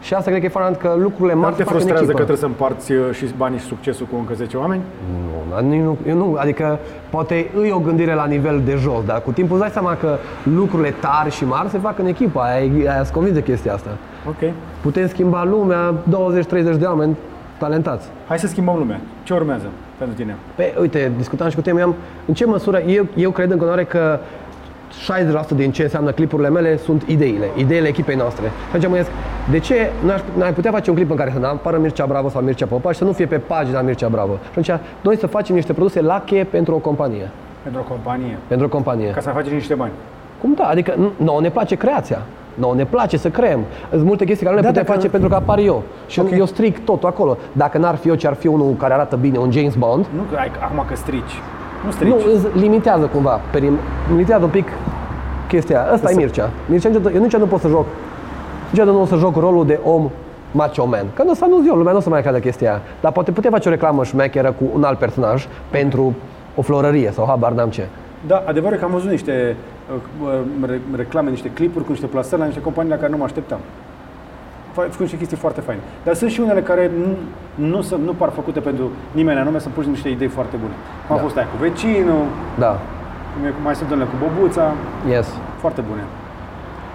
Speaker 2: Și asta cred că e fain că lucrurile
Speaker 1: Dar
Speaker 2: mari
Speaker 1: nu te
Speaker 2: se fac în
Speaker 1: frustrează că
Speaker 2: echipă.
Speaker 1: trebuie să împarți uh, și banii și succesul cu încă 10 oameni?
Speaker 2: Nu, dar nici nu, eu nu, adică poate îi o gândire la nivel de jos, dar cu timpul îți dai seama că lucrurile tari și mari se fac în echipă, aia, e- aia sunt convins de chestia asta.
Speaker 1: Ok.
Speaker 2: Putem schimba lumea, 20-30 de oameni talentați.
Speaker 1: Hai să schimbăm lumea. Ce urmează pentru tine?
Speaker 2: Pe, uite, discutam și cu tine, am, în ce măsură, eu, eu cred în continuare că 60% din ce înseamnă clipurile mele sunt ideile, ideile echipei noastre. Și atunci mă gândesc, de ce n-aș, n-ai putea face un clip în care să nu apară Mircea Bravo sau Mircea Popa și să nu fie pe pagina Mircea Bravo? Și atunci noi să facem niște produse lache pentru o companie.
Speaker 1: Pentru o companie.
Speaker 2: Pentru o companie.
Speaker 1: Ca să faci niște bani.
Speaker 2: Cum da? Adică n- nouă ne place creația. Nouă ne place să creăm. Sunt multe chestii care nu le
Speaker 1: Da,
Speaker 2: putem
Speaker 1: dacă-
Speaker 2: face pentru că apar eu. Și
Speaker 1: Ok.
Speaker 2: eu stric totul acolo. Dacă n-ar fi eu, ce ar fi unul care arată bine, un James Bond,
Speaker 1: Nu că ai, acum că strici. Nu strici.
Speaker 2: nu, îți limitează cumva, perim, limitează un pic chestia. Asta e Mircea. Mircea, niciodată, eu niciodată nu pot să joc, niciodată nu o să joc rolul de om macho man. Că nu nu eu, lumea nu o să mai crede chestia aia. Dar poate putem face o reclamă șmecheră cu un alt personaj pentru o florărie sau habar n-am ce.
Speaker 1: Da, adevărul e că am văzut niște uh, uh, re- reclame, niște clipuri cu niște plasări la niște companii la care nu mă așteptam. Fa- Făcut niște chestii foarte faine. Dar sunt și unele care nu, nu, sunt, nu par făcute pentru nimeni anume, sunt pur și niște idei foarte bune. Am
Speaker 2: Da.
Speaker 1: fost aia cu vecinul,
Speaker 2: Da,
Speaker 1: cum e- mai sunt unele cu bobuța,
Speaker 2: yes.
Speaker 1: foarte bune.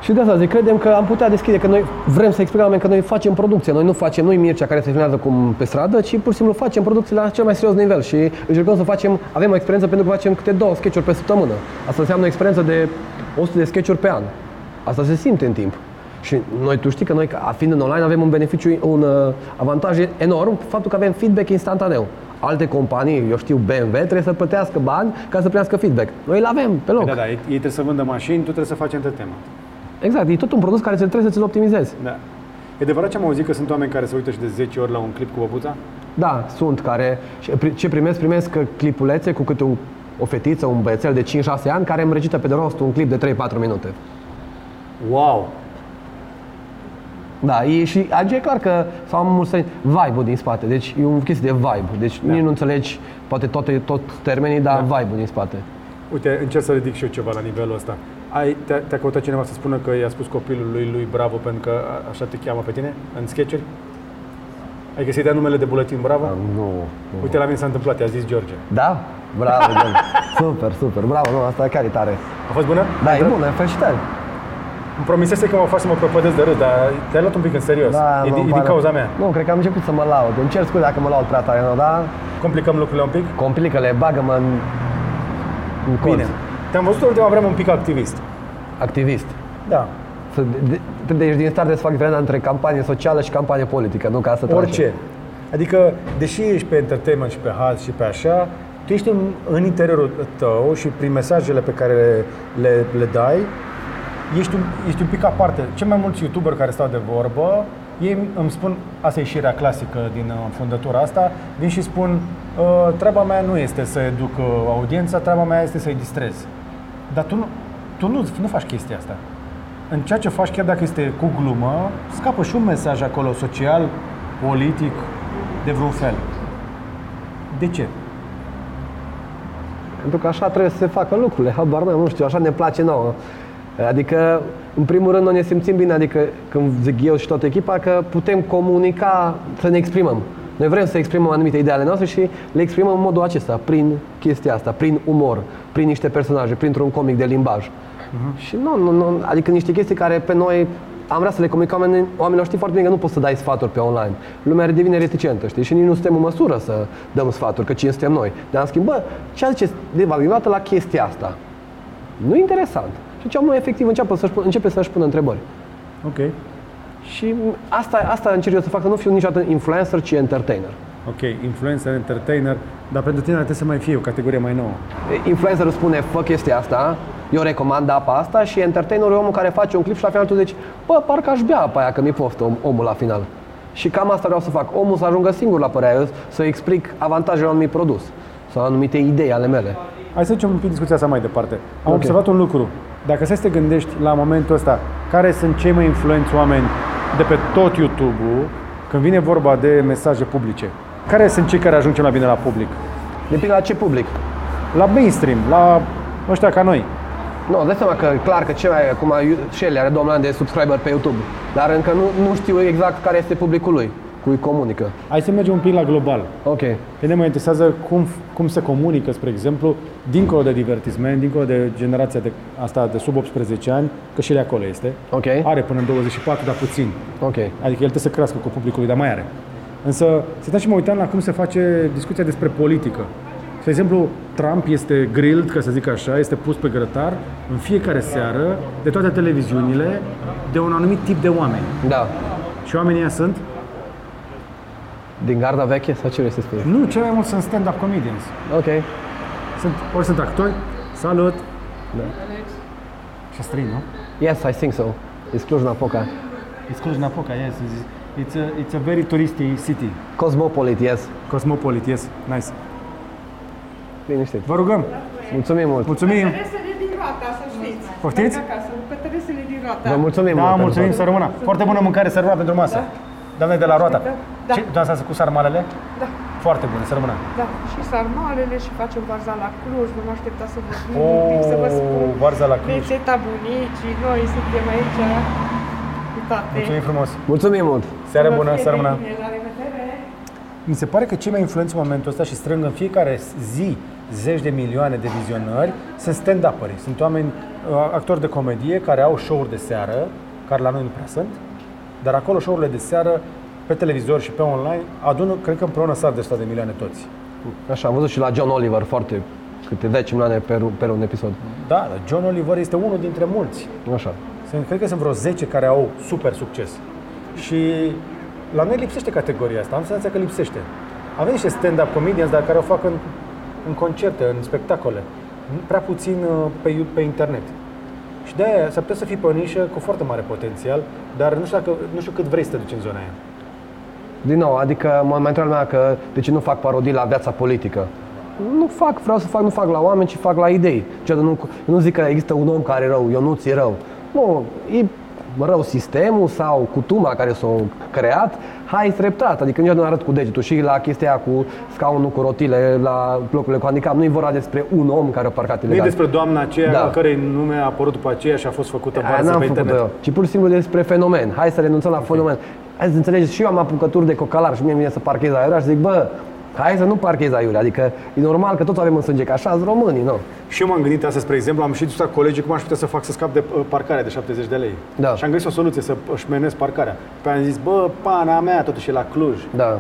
Speaker 2: Și de asta zic, credem că am putea deschide, că noi vrem să explicăm oameni că noi facem producție, noi nu facem, nu-i Mircea care se filmează cum pe stradă, ci pur și simplu facem producție la cel mai serios nivel și încercăm să facem, avem o experiență pentru că facem câte două sketch-uri pe săptămână. Asta înseamnă o experiență de 100 de sketch-uri pe an. Asta se simte în timp. Și noi, tu știi că noi, ca- fiind în online, avem un beneficiu, un uh, avantaj enorm, faptul că avem feedback instantaneu. Alte companii, eu știu, BMW, trebuie să plătească bani ca să primească feedback. Noi îl avem pe loc.
Speaker 1: Da, da, ei, ei trebuie să vândă mașini, tu trebuie să faci entertainment.
Speaker 2: Exact, e tot un produs care trebuie să ți-l optimizezi.
Speaker 1: Da. E adevărat ce am auzit că sunt oameni care se uită și de 10 ori la un clip cu băbuța?
Speaker 2: Da, sunt care și pri- ce primesc, primesc clipulețe cu câte un, o fetiță, un băiețel de 5-6 ani care îmi recită pe de rost un clip de 3-4 minute.
Speaker 1: Wow!
Speaker 2: Da, e, și adică e clar că sau am mulți vibe-ul din spate, deci e o chestie de vibe, deci da. nici nu înțelegi poate toate, tot termenii, dar da. vibe-ul din spate.
Speaker 1: Uite, încerc să ridic și eu ceva la nivelul ăsta. Ai, te-a, te-a căutat cineva să spună că i-a spus copilul lui lui Bravo pentru că a- așa te cheamă pe tine în sketch-uri? Adică să-i dea numele de buletin Bravo?
Speaker 2: Ah, Nu.
Speaker 1: Uite, la mine s-a întâmplat, i-a zis George.
Speaker 2: Da? Bravo, gen. super, super, bravo, nu, asta chiar e tare.
Speaker 1: A fost bună?
Speaker 2: Da, e bună, felicitări.
Speaker 1: Îmi promisese că mă fac să mă prăpădesc de râs, dar te-ai luat un pic în serios.
Speaker 2: Da,
Speaker 1: e,
Speaker 2: mă,
Speaker 1: din- e din
Speaker 2: pare-
Speaker 1: cauza mea.
Speaker 2: Nu, cred că am început să mă laud. Îmi cer scuze dacă mă laud prea tare, nu, da?
Speaker 1: Complicăm lucrurile un pic?
Speaker 2: Complică-le, bagă-mă în, în colț.
Speaker 1: Te-am văzut ultima vreme un pic activist.
Speaker 2: Activist.
Speaker 1: Da.
Speaker 2: Să, de, de, deci din start să fac diferența între campanie socială și campanie politică, nu ca să tragi.
Speaker 1: Orice. Adică, deși ești pe entertainment și pe haz și pe așa, tu ești în, în interiorul tău și prin mesajele pe care le, le, le dai, ești un, ești un pic aparte. Cei mai mulți youtuberi care stau de vorbă, ei îmi spun, asta e șirea clasică din uh, fundătura asta, vin și spun, "Uh, treaba mea nu este să educ uh, audiența, treaba mea este să-i distrez. Dar tu, nu, tu nu, nu faci chestia asta. În ceea ce faci, chiar dacă este cu glumă, scapă și un mesaj acolo social, politic, de vreun fel. De ce?
Speaker 2: Pentru că așa trebuie să se facă lucrurile, habar n-am, nu știu, așa ne place nouă. Adică, în primul rând, noi ne simțim bine, adică când zic eu și toată echipa, că putem comunica, să ne exprimăm. Noi vrem să exprimăm anumite ideale noastre și le exprimăm în modul acesta, prin chestia asta, prin umor, prin niște personaje, printr-un comic de limbaj. Și nu, nu, nu, adică niște chestii care pe noi am vrea să le comunicăm oameni- oamenilor, știi foarte bine că nu poți să dai sfaturi pe online. Lumea devine reticentă, știi, și nici nu suntem în măsură să dăm sfaturi, că cine suntem noi. Dar am schimbat, ce ziceți de v-am gândit la chestia asta? Nu e interesant. Și ce omul efectiv începe să-și, pună- începe să-și pună întrebări.
Speaker 1: Ok.
Speaker 2: Și asta, asta încerc eu să fac, să nu fiu niciodată influencer, ci entertainer.
Speaker 1: Ok, influencer, entertainer, dar pentru tine ar trebui să mai fie o categorie mai nouă.
Speaker 2: Influencerul spune, fă chestia asta, eu recomand apa asta și entertainerul e omul care face un clip și la final tu zici, bă, parcă aș bea apa aia, că mi-e poftă om- omul la final. Și cam asta vreau să fac. Omul să ajungă singur la părerea eu, să explic avantajele unui produs sau anumite idei ale mele.
Speaker 1: Hai să ducem un pic discuția asta mai departe. Am
Speaker 2: Ok.
Speaker 1: observat un lucru. Dacă să te gândești la momentul ăsta, care sunt cei mai influenți oameni de pe tot YouTube-ul când vine vorba de mesaje publice? Care sunt cei care ajung cel mai bine la public?
Speaker 2: Depinde la ce public.
Speaker 1: La mainstream, la ăștia ca noi.
Speaker 2: Nu, no, dați seama că clar că ce mai acum Shelly are 2 ani de subscriber pe YouTube, dar încă nu, nu știu exact care este publicul lui, cu îi comunică.
Speaker 1: Hai să mergem un pic la global.
Speaker 2: Ok.
Speaker 1: Pe mine mă interesează cum, cum se comunică, spre exemplu, dincolo de divertisment, dincolo de generația de, asta de sub 18 ani, că și el acolo este.
Speaker 2: Ok.
Speaker 1: Are până în 24, dar puțin.
Speaker 2: Ok.
Speaker 1: Adică el trebuie să crească cu publicul lui, dar mai are. Însă, stăteam și mă uitam la cum se face discuția despre politică. Spre exemplu, Trump este grilled, ca să zic așa, este pus pe grătar în fiecare seară de toate televiziunile de un anumit tip de oameni.
Speaker 2: Da.
Speaker 1: Și oamenii ăia sunt?
Speaker 2: Din garda veche sau ce vrei să spui?
Speaker 1: Nu, cel mai mult sunt stand-up comedians.
Speaker 2: Ok.
Speaker 1: Sunt, ori sunt actori, salut! Da. Și străin, nu?
Speaker 2: Yes, I think so. It's Cluj-Napoca.
Speaker 1: It's Cluj-Napoca, yes. It's a, it's a very touristy city.
Speaker 2: Cosmopolit, yes.
Speaker 1: Cosmopolit, yes. Nice.
Speaker 2: Liniștit.
Speaker 1: Vă rugăm!
Speaker 2: Mulțumim mult.
Speaker 1: Mulțumim!
Speaker 3: Pătăresele din roata, să știți.
Speaker 1: Poftiți?
Speaker 3: Merg acasă, Pătăresele din roata.
Speaker 2: Vă mulțumim
Speaker 1: Da,
Speaker 2: mult.
Speaker 1: mulțumim,
Speaker 2: pentru
Speaker 1: să rămână. Foarte bună mâncare, să rămână pentru masă. Doamne, de la roata.
Speaker 3: Da.
Speaker 1: Ce, doamna asta cu sarmalele?
Speaker 3: Da,
Speaker 1: Foarte bune, să rămână.
Speaker 3: da. Și sarmalele și facem varza la Cluj. Nu mă aștepta să vorbim
Speaker 1: Oh,
Speaker 3: un pic, să vă spun.
Speaker 1: varza la Cluj.
Speaker 3: Rețeta bunicii, noi suntem aici cu tate.
Speaker 1: Mulțumim frumos.
Speaker 2: tot. Mulțumim mult.
Speaker 1: Seară
Speaker 3: Vă
Speaker 1: bună,
Speaker 3: fie
Speaker 1: să
Speaker 3: de
Speaker 1: rămână.
Speaker 3: bine, La revedere.
Speaker 1: Mi se pare că cei mai influenți în momentul ăsta și strâng în fiecare zi zeci de milioane de vizionări sunt stand up Sunt oameni, uh, actori de comedie care au show-uri de seară, care la noi nu prea sunt, dar acolo show-urile de seară pe televizor și pe online adună, cred că împreună s-ar de 100 de milioane toți.
Speaker 2: Așa, am văzut și la John Oliver foarte câte 10 milioane pe, ru- pe un episod.
Speaker 1: Da, John Oliver este unul dintre mulți.
Speaker 2: Așa.
Speaker 1: Sunt, cred că sunt vreo 10 care au super succes. Și la noi lipsește categoria asta, am senzația că lipsește. Avem niște stand-up comedians, dar care o fac în, în concerte, în spectacole. Prea puțin uh, pe, iu- pe internet. Și de-aia s-ar putea să fii pe o nișă cu foarte mare potențial, dar nu știu, dacă, nu știu cât vrei să te duci în zona aia.
Speaker 2: Din nou, adică mă mai întreabă lumea că de ce nu fac parodii la viața politică. Nu fac, vreau să fac, nu fac la oameni, ci fac la idei. Ceea de nu, eu nu zic că există un om care e rău, Ionuț e rău. Nu, e rău sistemul sau cutuma care s-a creat, hai treptat, adică nici nu arăt cu degetul și la chestia aia cu scaunul cu rotile, la blocurile cu handicap, nu e vorba despre un om care a parcat
Speaker 1: Nu e
Speaker 2: ilegal.
Speaker 1: despre doamna aceea
Speaker 2: Da.
Speaker 1: da. cărei nume a apărut după aceea și a fost făcută
Speaker 2: Aia
Speaker 1: varză
Speaker 2: n-am
Speaker 1: pe
Speaker 2: făcut
Speaker 1: internet.
Speaker 2: eu, ci pur și simplu despre fenomen. Hai să renunțăm la fenomen. Hai să înțelegeți, și eu am apucături de cocalar și mie îmi vine să parchez aiurea și zic, bă, hai să nu parchez aiurea. Adică e normal că toți avem în sânge, că așa sunt românii, nu?
Speaker 1: Și eu m-am gândit astăzi, spre exemplu, am ieșit dus la colegii cum aș putea să fac să scap de uh, parcarea de 70 de lei.
Speaker 2: Da.
Speaker 1: Și am găsit o soluție să șmenez parcarea. Pe aia am zis, bă, pana mea, totuși e la Cluj.
Speaker 2: Da.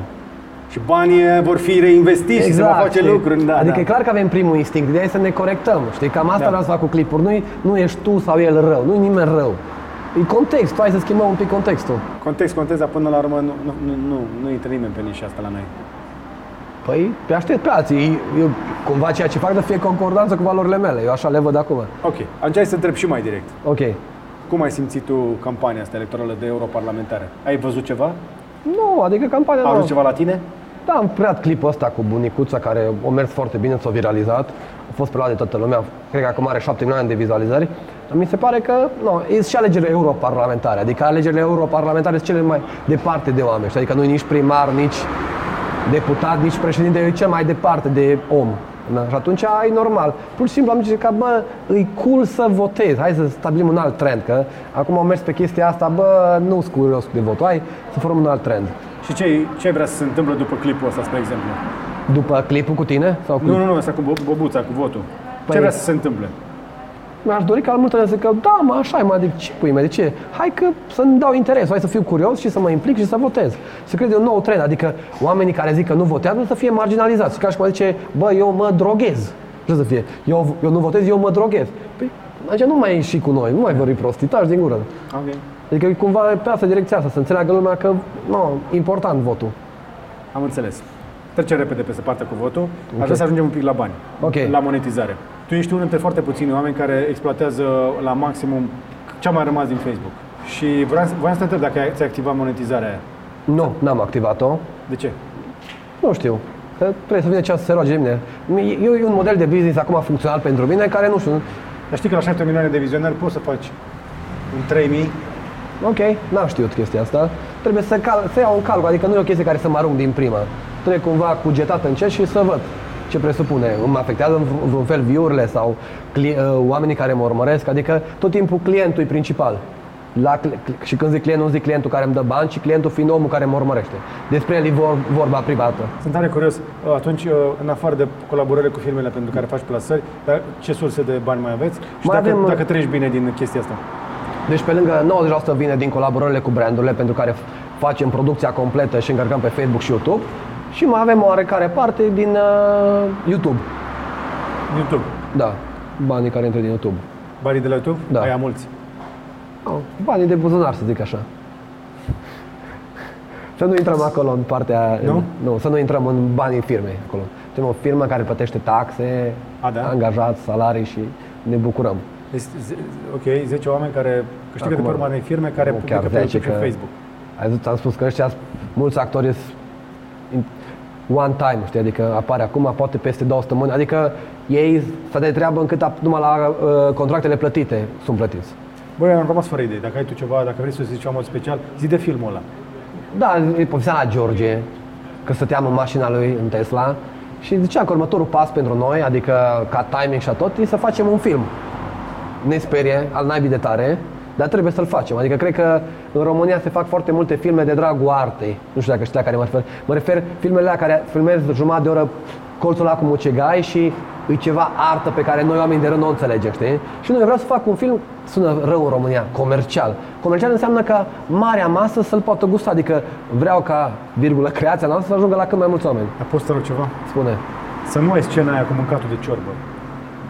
Speaker 1: Și banii vor fi reinvestiți și se vor face
Speaker 2: știi?
Speaker 1: lucruri. Da,
Speaker 2: adică
Speaker 1: da.
Speaker 2: e clar că avem primul instinct, de aia e să ne corectăm. Știi, cam asta
Speaker 1: Da.
Speaker 2: vreau să fac cu clipuri. Nu, nu ești tu sau el rău, nu e nimeni rău. E context, hai să schimbăm un pic contextul.
Speaker 1: Context, context, dar până la urmă nu, nu, nu, nu, nu intră nimeni pe nici asta la noi.
Speaker 2: Păi, pe aștept pe alții. Eu, cumva ceea ce fac de fie concordanță cu valorile mele. Eu așa le văd acum.
Speaker 1: Ok, atunci hai să întreb și mai direct.
Speaker 2: Ok.
Speaker 1: Cum ai simțit tu campania asta electorală de europarlamentare? Ai văzut ceva?
Speaker 2: Nu, adică campania
Speaker 1: A
Speaker 2: nu.
Speaker 1: ajuns ceva la tine?
Speaker 2: Da, am creat clipul ăsta cu bunicuța care a mers foarte bine, s-a viralizat. A fost preluat de toată lumea, cred că acum are 7 milioane de vizualizări. Dar mi se pare că, nu, e și alegerile europarlamentare. Adică alegerile europarlamentare sunt cele mai departe de oameni. știi? Adică nu e nici primar, nici deputat, nici președinte, e cel mai departe de om. Da? Și atunci e normal. Pur și simplu am zis că, bă, e cool să votez, hai să stabilim un alt trend, că acum am mers pe chestia asta, bă, nu sunt curios de votul, hai să formăm un alt trend.
Speaker 1: Și ce, ce ai vrea să se întâmple după clipul ăsta, spre exemplu?
Speaker 2: După clipul cu tine? Sau cu...
Speaker 1: Nu, nu, nu, asta cu bo- bobuța, cu votul.
Speaker 2: Mm. Păi-
Speaker 1: Ce vrea să se întâmple?
Speaker 2: Mi-aș dori ca multă lume să zică, da, mă, așa e, mă, adică ce pui, mă, de ce? Hai că să-mi dau interes, hai să fiu curios și să mă implic și să votez. Să crede un nou trend, adică oamenii care zic că nu votează să fie marginalizați. Ca și cum zice, bă, eu mă droghez. Ce să fie? Eu, eu nu votez, eu mă droghez. Păi, așa nu mai e și cu noi, nu mai vorbi prostitaj din gură.
Speaker 1: Ok.
Speaker 2: Adică e cumva pe asta, direcția asta, să înțeleagă lumea că, nu, important votul.
Speaker 1: Am înțeles. Trecem repede peste partea cu votul. Okay. Aș vrea să ajungem un pic la bani,
Speaker 2: Ok.
Speaker 1: la monetizare. Tu ești unul dintre foarte puțini oameni care exploatează la maximum ce a mai rămas din Facebook. Și vreau, vreau să te întreb dacă ai- ți-ai activat monetizarea aia.
Speaker 2: Nu, n-am activat-o.
Speaker 1: De ce?
Speaker 2: Nu știu. Că trebuie să vină ceasul să se roage de mine. Mi- Eu, e un model de business acum funcțional pentru mine care, nu știu,
Speaker 1: Dar știi că la 7 milioane de vizionari poți să faci în 3000
Speaker 2: Ok, n-am știut chestia asta. Trebuie să, cal- să iau un calcul, adică nu e o chestie care să mă arunc din prima. Trebuie cumva cugetat încet și să văd ce presupune. Îmi afectează în v- vreun fel view-urile sau cli- uh, oamenii care mă urmăresc, adică tot timpul clientul e principal. La, cl- cl- și când zic client, nu zic clientul care îmi dă bani, ci clientul fiind omul care mă urmărește. Despre el e vor, vorba privată.
Speaker 1: Sunt tare curios. uh, Atunci, în afară de colaborările cu firmele pentru care faci plasări, dar ce surse de bani mai aveți? Și dacă,
Speaker 2: Mai avem, uh,
Speaker 1: dacă treci bine din chestia asta.
Speaker 2: Deci pe lângă 90% vine din colaborările cu brandurile pentru care f- facem producția completă și încărcăm pe Facebook și YouTube și mai avem o oarecare parte din uh, YouTube.
Speaker 1: YouTube.
Speaker 2: Da, banii care intră din YouTube.
Speaker 1: Banii de la YouTube?
Speaker 2: Da.
Speaker 1: Aia mulți.
Speaker 2: Oh, banii de buzunar, să zic așa. Să nu intrăm acolo în partea...
Speaker 1: Nu?
Speaker 2: nu să nu intrăm în banii firmei acolo. Suntem o firmă care plătește taxe,
Speaker 1: A, da?
Speaker 2: angajați, salarii și ne bucurăm.
Speaker 1: Deci, ze- ok, 10 oameni care câștigă
Speaker 2: Acum,
Speaker 1: de pe urma unei firme care
Speaker 2: nu
Speaker 1: publică pe YouTube și pe Facebook.
Speaker 2: Ai zis, am spus că ăștia, mulți actori sunt in- one time, știi, adică apare acum, poate peste două săptămâni, adică ei să de treabă încât ap- numai la uh, contractele plătite sunt plătiți.
Speaker 1: Băi, am rămas fără idei. Dacă ai tu ceva, dacă vrei să zici ceva mult special, zi de filmul ăla.
Speaker 2: Da, îi povestea la George că stăteam în mașina lui, în Tesla, și zicea că următorul pas pentru noi, adică ca timing și tot, e să facem un film. Ne sperie, al naibii de tare, dar trebuie să-l facem. Adică cred că în România se fac foarte multe filme de dragul artei. Nu știu dacă știi la care mă refer. Mă refer filmele la care filmez jumătate de oră colțul ăla cu mucegai și e ceva artă pe care noi oamenii de rând nu o înțelegem, știi? Și noi vreau să fac un film, sună rău în România, comercial. Comercial înseamnă ca marea masă să-l poată gusta, adică vreau ca, virgulă, creația noastră să ajungă la cât mai mulți oameni,
Speaker 1: Dar poți să rog ceva?
Speaker 2: spune.
Speaker 1: Să nu ai scena aia cu mâncatul de ciorbă.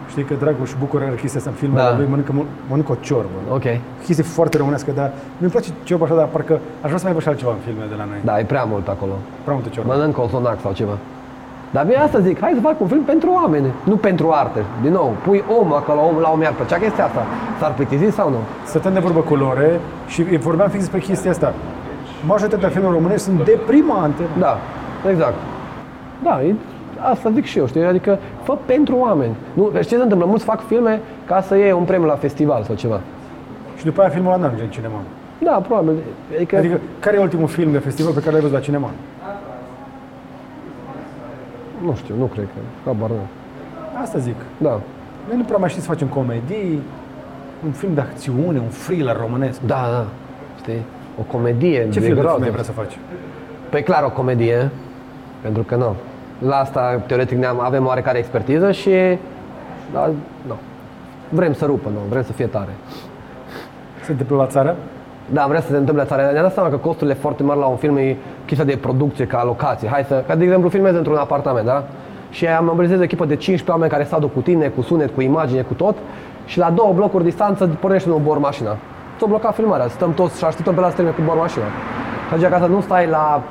Speaker 1: Știi că Dragoș Bucur are chestia asta în filmele
Speaker 2: Da.
Speaker 1: lui, mănâncă, mul- mănâncă o ciorbă.
Speaker 2: Ok.
Speaker 1: chestie foarte românească, dar mi-e place ciorba așa, dar parcă aș vrea să mai văd și altceva în filme de la noi.
Speaker 2: Da, e prea mult acolo.
Speaker 1: Prea multă ciorbă.
Speaker 2: Mănânc cozonac sau ceva. Dar bine asta zic, hai să fac un film pentru oameni, nu pentru artă. Din nou, pui om acolo, omul la om i-ar plăcea chestia asta. S-ar plictisi sau nu?
Speaker 1: Stăteam de vorbă cu Lore și vorbeam fix despre chestia asta. Majoritatea filmelor românești sunt deprimante.
Speaker 2: Da, exact. Da, e, asta zic și eu, știi? Adică fă pentru oameni. Nu, știi ce se întâmplă? Mulți fac filme ca să iei un premiu la festival sau ceva.
Speaker 1: Și după aia filmul ăla n-ajunge în cinema.
Speaker 2: Da, probabil. Adică, adică
Speaker 1: Adică, care e ultimul film de festival pe care l-ai văzut la cinema?
Speaker 2: nu știu, nu cred că. Habar nu.
Speaker 1: Asta zic.
Speaker 2: Da.
Speaker 1: Noi nu prea mai știm să facem comedii, un film de acțiune, un thriller românesc.
Speaker 2: Da, da. Știi? O comedie.
Speaker 1: Ce
Speaker 2: e
Speaker 1: film de
Speaker 2: groaznic.
Speaker 1: film ai vrea să faci?
Speaker 2: Păi clar o comedie, pentru că nu. La asta, teoretic, ne-am, avem oarecare expertiză și... Da, nu. Vrem să rupă, nu. Vrem să fie tare.
Speaker 1: Se întâmplă la țară?
Speaker 2: Da, vrem să se întâmple la țară. Ne-am dat seama că costurile foarte mari la un film e chestia de producție, ca locație. Hai să... Ca de exemplu, filmez într-un apartament, da? Și am mobilizez o echipă de 15 oameni care stau cu tine, cu sunet, cu imagine, cu tot. Și la două blocuri distanță pornește un bor mașina. s-a blocat filmarea. Stăm toți și așteptăm pe la să termine cu bormașina. Și atunci, ca să nu stai la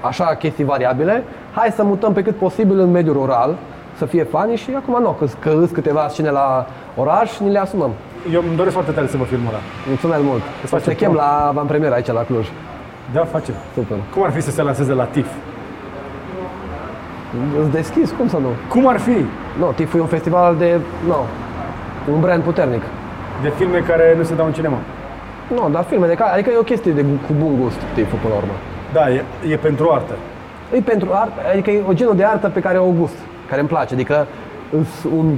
Speaker 2: așa chestii variabile, hai să mutăm pe cât posibil în mediul rural, să fie fani și acum nu, că că îs câteva scene la oraș, ni le asumăm.
Speaker 1: Eu îmi doresc foarte tare să vă film ăla.
Speaker 2: Mulțumesc mult. O să te
Speaker 1: facem
Speaker 2: chem
Speaker 1: plan.
Speaker 2: la avantpremieră aici la Cluj.
Speaker 1: Da, facem.
Speaker 2: Super.
Speaker 1: Cum ar fi să se lanseze la TIF?
Speaker 2: Îți deschis, cum să nu?
Speaker 1: Cum ar fi?
Speaker 2: Nu, TIFF e un festival de, nu, un brand puternic.
Speaker 1: De filme care nu se dau în cinema.
Speaker 2: Nu, dar filme de care, adică e o chestie de, gu- cu bun gust TIFF până la urmă.
Speaker 1: Da, e, e pentru artă.
Speaker 2: E pentru art, adică e o genul de artă pe care o gust, care îmi place, adică îs un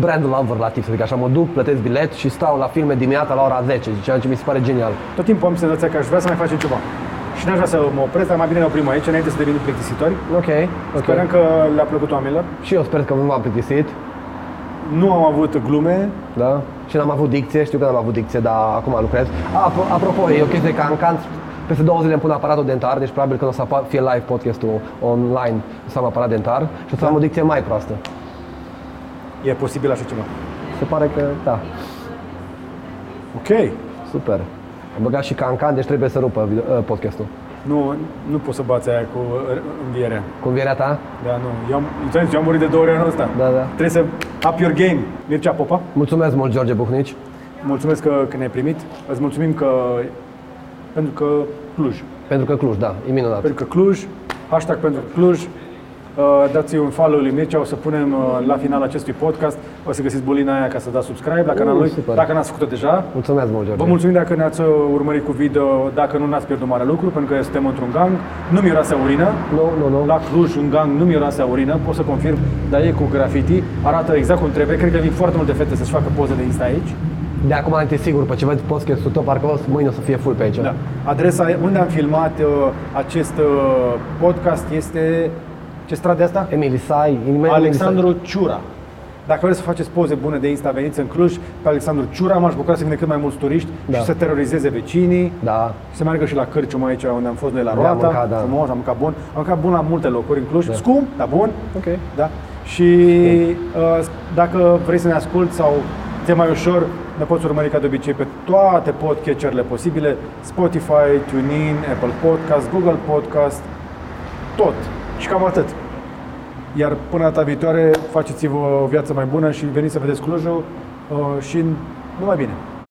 Speaker 2: brand lover la TIFF, să zic așa, mă duc, plătesc bilet și stau la filme dimineața la ora 10, ceea ce mi se pare genial.
Speaker 1: Tot timpul am senzația că aș vrea să mai facem ceva. Și n-aș vrea să mă opresc, dar mai bine ne oprim aici, înainte să devenim plictisitori.
Speaker 2: Ok,
Speaker 1: Sperăm
Speaker 2: ok.
Speaker 1: că le-a plăcut oamenilor.
Speaker 2: Și eu sper că nu m-am plictisit,
Speaker 1: Nu am avut glume.
Speaker 2: da? Și n-am avut dicție, știu că n-am avut dicție, dar acum lucrez. Apro- apropo, e o chestie ca în canț, peste două zile îmi pun aparatul dentar, deci probabil că o să apa- fie live podcastul online, o să am aparat dentar și o să am o dicție mai proastă.
Speaker 1: E posibil așa ceva.
Speaker 2: Se pare că, da,
Speaker 1: Ok.
Speaker 2: super. Am băgat și cancan, deci trebuie să rupă video- ă, podcastul.
Speaker 1: Nu, nu poți să bați aia cu r- învierea.
Speaker 2: Cu învierea ta?
Speaker 1: Da, nu. Eu am, înțeles, eu am murit de două ori anul ăsta.
Speaker 2: Da, da.
Speaker 1: Trebuie să up your game. Mircea Popa,
Speaker 2: Mulțumesc mult, George Buhnici.
Speaker 1: mulțumesc că, că ne-ai primit. Îți mulțumim că... Pentru că Cluj.
Speaker 2: Pentru că Cluj, da, e minunat.
Speaker 1: Pentru că Cluj. Hashtag pentru Cluj. Uh, Dați-i un follow lui Mircea, o să punem uh, la final acestui podcast, o să găsiți bulina aia ca să dați subscribe la canalul lui,
Speaker 2: Uh, super.
Speaker 1: dacă n-ați făcut-o deja.
Speaker 2: Mulțumesc mult, George.
Speaker 1: Vă mulțumim dacă ne-ați uh, urmărit cu video, dacă nu n-ați pierdut mare lucru, pentru că suntem într-un gang. Nu miroase a urină,
Speaker 2: Nu, nu, nu.
Speaker 1: La Cluj, un gang, nu miroase a urină, pot să confirm, dar e cu graffiti, arată exact cum trebuie. Cred că vin foarte multe fete să-și facă poze de Insta aici.
Speaker 2: De acum înainte, sigur, pe ce vezi podcastul tău, parcă o să- mâine o să fie full pe aici.
Speaker 1: Da. Adresa unde am filmat uh, acest uh, podcast este... Ce stradă e asta?
Speaker 2: Emily Sai, Emily
Speaker 1: Alexandru Ciura. Dacă vreți să faceți poze bune de Insta, veniți în Cluj pe Alexandru Ciura. M-aș bucura să vină cât mai mulți turiști
Speaker 2: Da.
Speaker 1: și să terorizeze vecinii.
Speaker 2: Da,
Speaker 1: Se meargă și la Cârciuma aici unde am fost noi la
Speaker 2: Da, am
Speaker 1: Roata,
Speaker 2: mâncat, da.
Speaker 1: frumos, am mâncat bun. Am mâncat bun la multe locuri în Cluj, scump, dar bun.
Speaker 2: Ok.
Speaker 1: Da. Și uh, dacă vrei să ne asculti sau ți mai ușor, ne poți urmări ca de obicei pe toate podcatcherile posibile, Spotify, TuneIn, Apple Podcast, Google Podcast, tot. Și cam atât. Iar până data viitoare, faceți-vă o viață mai bună și veniți să vedeți Clujul uh, și numai bine.